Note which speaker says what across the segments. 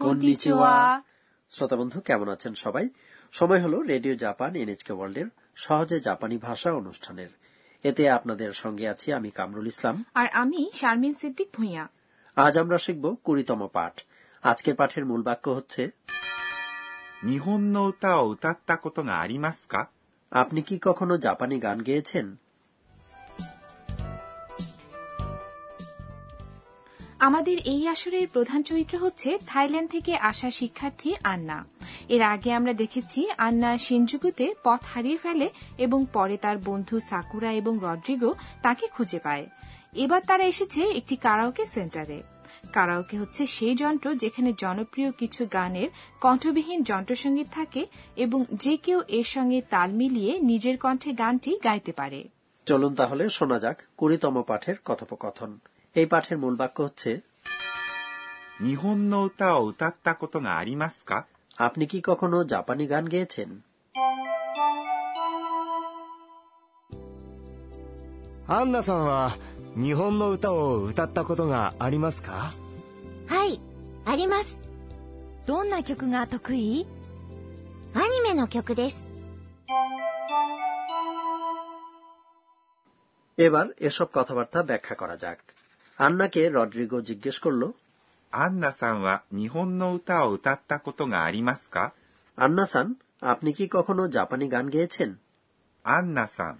Speaker 1: Konnichiwa.
Speaker 2: শ্রোতা বন্ধু কেমন আছেন সবাই সময় হলো রেডিও জাপান এনএচকে ওয়ার্ল্ডের সহজে জাপানি ভাষা অনুষ্ঠানের এতে আপনাদের সঙ্গে আছি আমি কামরুল ইসলাম
Speaker 1: আর আমি শারমিন সিদ্দিক ভুঁইয়া
Speaker 2: আজ আমরা শিখব কুড়িতম পাঠ আজকের পাঠের মূল বাক্য হচ্ছে
Speaker 3: 日本の歌を歌ったことがありますか
Speaker 2: আপনি কি কখনো জাপানি গান গেয়েছেন
Speaker 1: আমাদের এই আসরের প্রধান চরিত্র হচ্ছে থাইল্যান্ড থেকে আসা শিক্ষার্থী আন্না এর আগে আমরা দেখেছি আন্না সিনজুকুতে পথ হারিয়ে ফেলে এবং পরে তার বন্ধু সাকুরা এবং রড্রিগো তাকে খুঁজে পায় এবার তারা এসেছে একটি কারাওকে সেন্টারে কারাওকে হচ্ছে সেই যন্ত্র যেখানে জনপ্রিয় কিছু গানের কণ্ঠবিহীন যন্ত্রসঙ্গীত থাকে এবং যে কেউ এর সঙ্গে তাল মিলিয়ে নিজের কণ্ঠে গানটি গাইতে পারে
Speaker 2: চলুন তাহলে শোনা যাক কুড়িতম পাঠের কথোপকথন এই পাঠের মূল বাক্য হচ্ছে
Speaker 3: 日本の歌を歌ったことがありますか
Speaker 2: আপনি কি কখনো জাপানি গান গেয়েছেন
Speaker 4: アンナさんは日本の歌を歌ったことがありますか
Speaker 5: はい、あります。どんな曲が得意アニメの曲です。
Speaker 2: এবার এসব কথাবার্তা ব্যাখ্যা করা যাক আন্নাকে রড্রিগো জিজ্ঞেস করল
Speaker 3: アンナさんは日本の歌を歌ったことがありますか
Speaker 2: আন্না সান আপনি কি কখনো জাপানি গান গেয়েছেন
Speaker 3: アンナさん、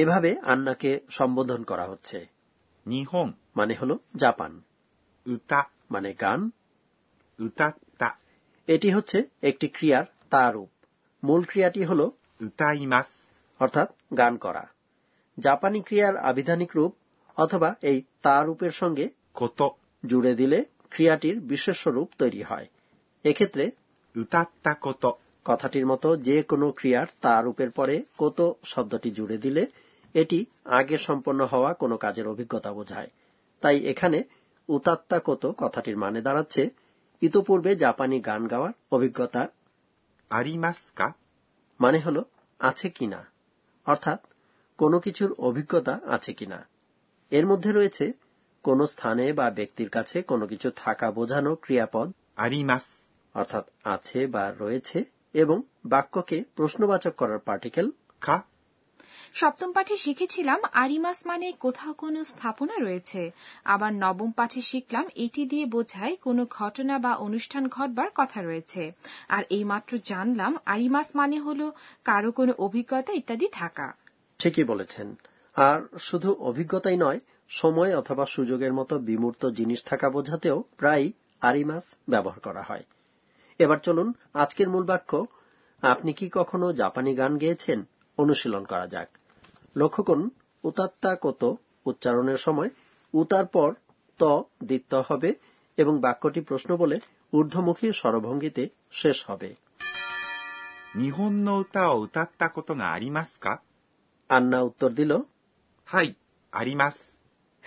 Speaker 2: এভাবে আন্নাকে সম্বোধন করা হচ্ছে
Speaker 3: 日本、
Speaker 2: মানে হলো জাপান
Speaker 3: 歌、
Speaker 2: মানে গান
Speaker 3: 歌った、
Speaker 2: এটি হচ্ছে একটি ক্রিয়ার তারূপ মূল ক্রিয়াটি হলো
Speaker 3: 歌います。
Speaker 2: অর্থাৎ গান করা জাপানি ক্রিয়ার আবিধানিক রূপ অথবা এই তারূপের সঙ্গে
Speaker 3: こと、
Speaker 2: জুড়ে দিলে ক্রিয়াটির বিশেষ্য রূপ তৈরি হয় এক্ষেত্রে
Speaker 3: 歌ったこと、
Speaker 2: কথাটির মতো যে কোনো ক্রিয়ার তার রূপের পরে কত শব্দটি জুড়ে দিলে এটি আগে সম্পন্ন হওয়া কোনো কাজের অভিজ্ঞতা বোঝায় তাই এখানে উতাত্তা কত কথাটির মানে দাঁড়াচ্ছে ইতোপূর্বে জাপানি গান গাওয়ার অভিজ্ঞতা
Speaker 3: ありますか
Speaker 2: মানে হলো আছে কিনা অর্থাৎ কোনো কিছুর অভিজ্ঞতা আছে কিনা এর মধ্যে রয়েছে কোনো স্থানে বা ব্যক্তির কাছে কোনো কিছু থাকা বোঝানো ক্রিয়াপদ
Speaker 3: あります。
Speaker 2: অর্থাৎ আছে বা রয়েছে এবং বাক্যকে প্রশ্নবাচক করার পার্টিকেল
Speaker 3: か
Speaker 1: সপ্তম পাঠে শিখেছিলাম আরিমাস মানে কোথাও কোনো স্থাপনা রয়েছে আবার নবম পাঠে শিখলাম এটি দিয়ে বোঝায় কোনো ঘটনা বা অনুষ্ঠান ঘটবার কথা রয়েছে আর এইমাত্র জানলাম আরিমাস মানে হলো কারো কোনো অভিজ্ঞতা ইত্যাদি থাকা
Speaker 2: ঠিকই বলেছেন আর শুধু অভিজ্ঞতাই নয় সময় অথবা সুযোগের মতো বিমূর্ত জিনিস থাকা বোঝাতেও প্রায় আরিমাস ব্যবহার করা হয় এবার চলুন আজকের মূল বাক্য আপনি কি কখনো জাপানি গান গেয়েছেন অনুশীলন করা যাক লক্ষ্য করুন উতাত্তা কত উচ্চারণের সময় উতার পর ত দিত্য হবে এবং বাক্যটি প্রশ্ন বলে ঊর্ধ্বমুখী স্বরভঙ্গিতে শেষ হবে
Speaker 3: 日本の歌を歌ったことがありますか
Speaker 2: আন্না উত্তর দিল
Speaker 3: はい、あります。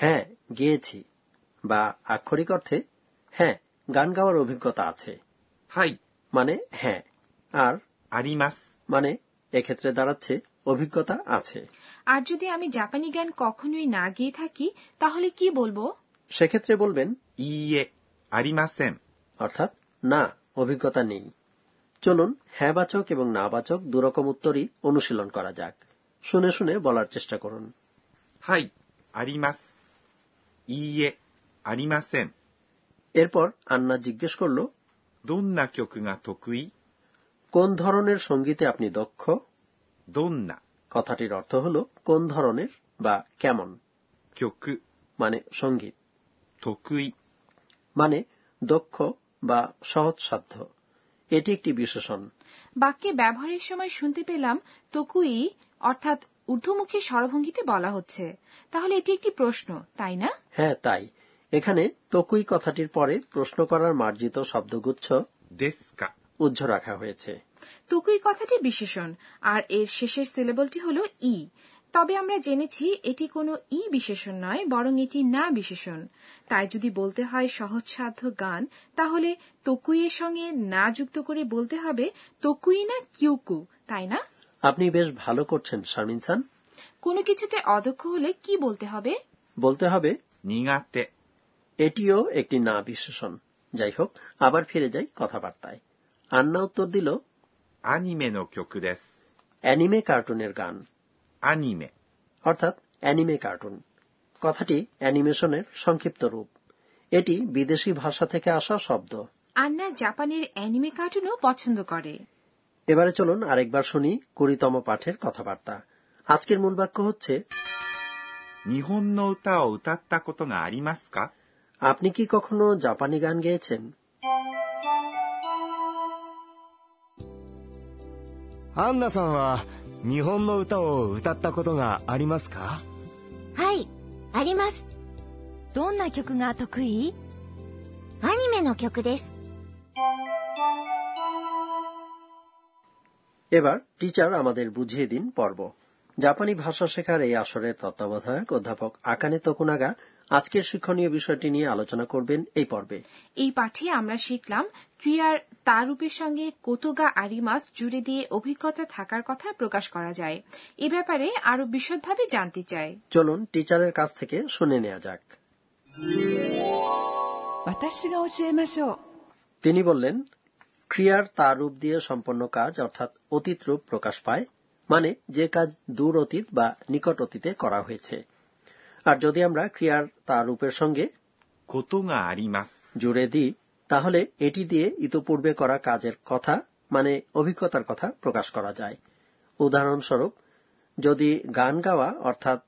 Speaker 2: হ্যাঁ গিয়েছি বা আক্ষরিক অর্থে হ্যাঁ গান গাওয়ার অভিজ্ঞতা আছে
Speaker 3: はい、
Speaker 2: মানে হ্যাঁ আর
Speaker 3: あります。
Speaker 2: মানে এক্ষেত্রে দাঁড়াচ্ছে অভিজ্ঞতা আছে
Speaker 1: আর যদি আমি জাপানি গান কখনোই না গিয়ে থাকি তাহলে কি বলবো
Speaker 2: সেক্ষেত্রে বলবেন
Speaker 3: いいえ、ありません。
Speaker 2: অর্থাৎ না অভিজ্ঞতা নেই চলুন হ্যাঁ বাচক এবং না বাচক দুরকম উত্তরই অনুশীলন করা যাক শুনে শুনে বলার চেষ্টা করুন
Speaker 3: はい、あります。いいえ、ありません。
Speaker 2: এরপর আন্না জিজ্ঞেস করলো
Speaker 3: どんな曲が得意
Speaker 2: কোন ধরনের সঙ্গীতে আপনি দক্ষ
Speaker 3: どんな
Speaker 2: কথাটির অর্থ হলো কোন ধরনের বা কেমন
Speaker 3: 曲
Speaker 2: মানে সঙ্গীত
Speaker 3: 得意
Speaker 2: মানে দক্ষ বা সহজসাধ্য এটি একটি বিশেষণ
Speaker 1: বাক্যে ব্যবহারের সময় শুনতে পেলাম তকুই অর্থাৎ ঊর্ধ্বমুখী স্বরভঙ্গিতে বলা হচ্ছে তাহলে এটি একটি প্রশ্ন তাই না
Speaker 2: হ্যাঁ তাই এখানে তকুই কথাটির পরে প্রশ্ন করার মার্জিত শব্দগুচ্ছ
Speaker 3: ですか
Speaker 2: উজ্জ রাখা হয়েছে
Speaker 1: তুকুই কথাটি বিশেষণ আর এর শেষের সিলেবলটি হলো ই তবে আমরা জেনেছি এটি কোনো ই বিশেষণ নয় বরং এটি না বিশেষণ তাই যদি বলতে হয় সহজসাধ্য গান তাহলে তকুইয়ের সঙ্গে না যুক্ত করে বলতে হবে তকুই না কিউকু তাই না
Speaker 2: আপনি বেশ ভালো করছেন শামিন সান
Speaker 1: কোনো কিছুতে অদক্ষ হলে কি বলতে হবে
Speaker 2: বলতে হবে
Speaker 3: 苦手
Speaker 2: এটিও একটি না বিশেষণ যাই হোক আবার ফিরে যাই কথাবার্তায় আন্না উত্তর দিল
Speaker 3: アニメの曲です。
Speaker 2: অ্যানিমে কার্টুনের গান
Speaker 3: アニメ、
Speaker 2: অর্থাৎ অ্যানিমে কার্টুন কথাটি অ্যানিমেশনের সংক্ষিপ্ত রূপ এটি বিদেশি ভাষা থেকে আসা শব্দ
Speaker 1: আন্না জাপানের অ্যানিমে কার্টুনও পছন্দ করে
Speaker 2: এবারে চলুন আরেকবার শুনি কুড়িতম পাঠের কথাবার্তা আজকের মূল বাক্য হচ্ছে
Speaker 3: 日本の歌を歌ったことがありますか
Speaker 2: আপনি কি কখনো জাপানি গান গেয়েছেন
Speaker 4: アンナさんは日本の歌を歌ったことがありますか
Speaker 5: はい、あります。どんな曲が得意アニメの曲です。
Speaker 2: এবার টিচার আমাদের বুঝিয়ে দিন পর্ব জাপানি ভাষা শেখার এই আসরের তত্ত্বাবধায়ক অধ্যাপক আকানে তকুনাগা আজকের শিক্ষণীয় বিষয়টি নিয়ে আলোচনা করবেন এই পর্বে
Speaker 1: এই পাঠে আমরা শিখলাম ক্রিয়ার তারূপের সঙ্গে কোতোগা আরিমাস জুড়ে দিয়ে অভিজ্ঞতা থাকার কথা প্রকাশ করা যায় এ ব্যাপারে আরো বিশদভাবে জানতে চাই
Speaker 2: চলুন টিচারের কাছ থেকে শুনে নেওয়া যাক
Speaker 6: 私が教えましょう
Speaker 2: তিনি বললেন ক্রিয়ার তার রূপ দিয়ে সম্পন্ন কাজ অর্থাৎ অতীত রূপ প্রকাশ পায় মানে যে কাজ দূর অতীত বা নিকট অতীতে করা হয়েছে আর যদি আমরা ক্রিয়ার তার রূপের সঙ্গে
Speaker 3: ことがあります。
Speaker 2: জুড়ে দিই তাহলে এটি দিয়ে ইতোপূর্বে করা কাজের কথা মানে অভিজ্ঞতার কথা প্রকাশ করা যায় উদাহরণস্বরূপ যদি গান গাওয়া অর্থাৎ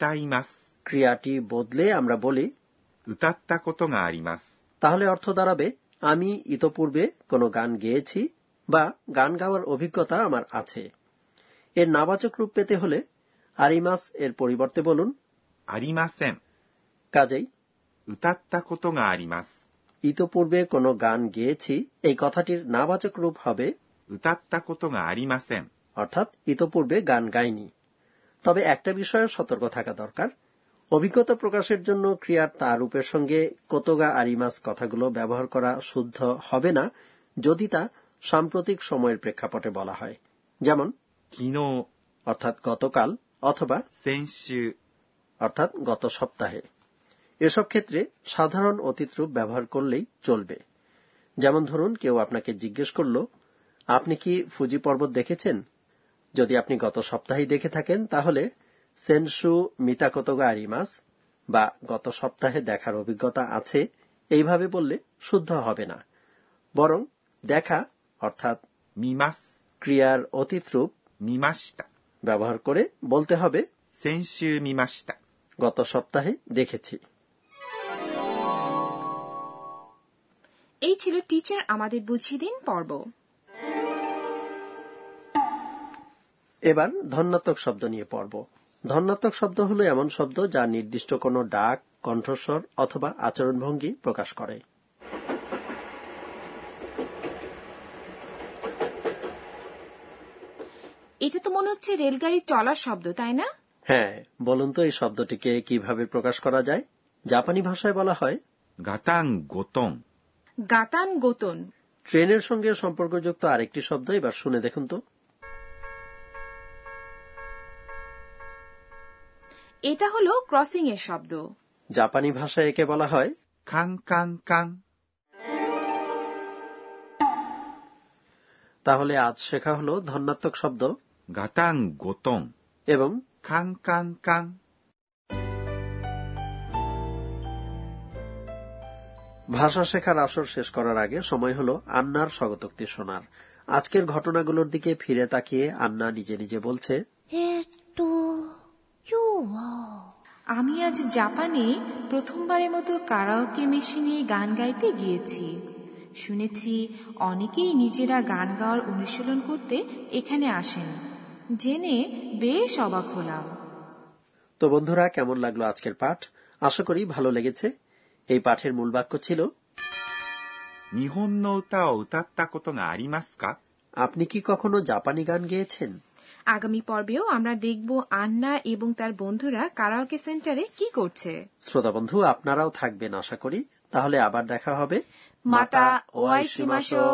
Speaker 3: 歌います。
Speaker 2: ক্রিয়াটি বদলে আমরা বলি
Speaker 3: 歌ったことがあります。
Speaker 2: তাহলে অর্থ দাঁড়াবে আমি ইতোপূর্বে কোনো গান গেয়েছি বা গান গাওয়ার অভিজ্ঞতা আমার আছে এর নাবাচক রূপ পেতে হলে আরিমাস এর পরিবর্তে বলুন
Speaker 3: ありません。
Speaker 2: কাজেই
Speaker 3: 歌ったことがあります。
Speaker 2: ইতোপূর্বে কোনো গান গেয়েছি এই কথাটির নাবাচক রূপ হবে
Speaker 3: 歌ったことがありません。
Speaker 2: অর্থাৎ ইতোপূর্বে গান গাইনি তবে একটা বিষয়ে সতর্ক থাকা দরকার অভিজ্ঞতা প্রকাশের জন্য ক্রিয়ার তার রূপের সঙ্গে কতগা আরিমাস কথাগুলো ব্যবহার করা শুদ্ধ হবে না যদি তা সাম্প্রতিক সময়ের প্রেক্ষাপটে বলা হয় যেমন
Speaker 3: 昨日、
Speaker 2: অর্থাৎ গতকাল অথবা
Speaker 3: 先週、
Speaker 2: অর্থাৎ গত সপ্তাহে এসব ক্ষেত্রে সাধারণ অতীতরূপ ব্যবহার করলেই চলবে যেমন ধরুন কেউ আপনাকে জিজ্ঞেস করল আপনি কি ফুজি পর্বত দেখেছেন যদি আপনি গত সপ্তাহেই দেখে থাকেন তাহলে সেনসু মিতাকতগা আরিমাস বা গত সপ্তাহে দেখার অভিজ্ঞতা আছে এইভাবে বললে শুদ্ধ হবে না বরং দেখা অর্থাৎ
Speaker 3: 見ます。
Speaker 2: ক্রিয়ার অতীতরূপ
Speaker 3: 見ました。
Speaker 2: ব্যবহার করে বলতে হবে
Speaker 3: 先週見ました。
Speaker 2: গত সপ্তাহে দেখেছি
Speaker 1: এই ছিল টিচার আমাদের বুঝিয়ে দিন পর্ব
Speaker 2: এবার ধন্যাত্মক শব্দ নিয়ে পড়ব ধন্যাত্মক শব্দ হলো এমন শব্দ যা নির্দিষ্ট কোনো ডাক কণ্ঠস্বর অথবা আচরণভঙ্গি প্রকাশ করে
Speaker 1: এটা তো মনে হচ্ছে রেলগাড়ি চলার শব্দ তাই না
Speaker 2: হ্যাঁ বলুন তো এই শব্দটিকে কিভাবে প্রকাশ করা যায় জাপানি ভাষায় বলা হয়
Speaker 3: ガタンゴトン。
Speaker 1: গাতান গোতন
Speaker 2: ট্রেনের সঙ্গে সম্পর্কযুক্ত আরেকটি শব্দ এবার শুনে দেখুন তো
Speaker 1: এটা হলো ক্রসিং এর শব্দ
Speaker 2: জাপানি ভাষায় একে বলা হয়
Speaker 3: カンカンカン。
Speaker 2: তাহলে আজ শেখা হলো ধন্যাত্মক শব্দ
Speaker 3: ガタンゴトン。
Speaker 2: এবং
Speaker 3: カンカンカン。
Speaker 2: ভাষা শেখার আসর শেষ করার আগে সময় হলো আন্নার স্বগতোক্তি শোনার আজকের ঘটনাগুলোর দিকে ফিরে তাকিয়ে আন্না নিজে নিজে বলছে
Speaker 5: えっと、今日は、
Speaker 1: আমি আজ জাপানে প্রথমবারের মতো কারাওকে মেশিনে গান গাইতে গিয়েছি শুনেছি অনেকেই নিজেরা গান গাওয়ার অনুশীলন করতে এখানে আসেন জেনে বেশ অবাক হলাম
Speaker 2: তো বন্ধুরা কেমন লাগলো আজকের পাঠ আশা করি ভালো লেগেছে এই পাঠের মূল বাক্য ছিল
Speaker 3: 日本の歌を歌ったことがありますか
Speaker 2: আপনি কি কখনো জাপানি গান গেয়েছেন
Speaker 1: আগামী পর্বেও আমরা দেখব আন্না এবং তার বন্ধুরা কারাওকে সেন্টারে কি করছে
Speaker 2: শ্রোতা বন্ধু আপনারাও থাকবেন আশা করি তাহলে আবার দেখা হবে
Speaker 1: মাতা ওয়াই শিমাশো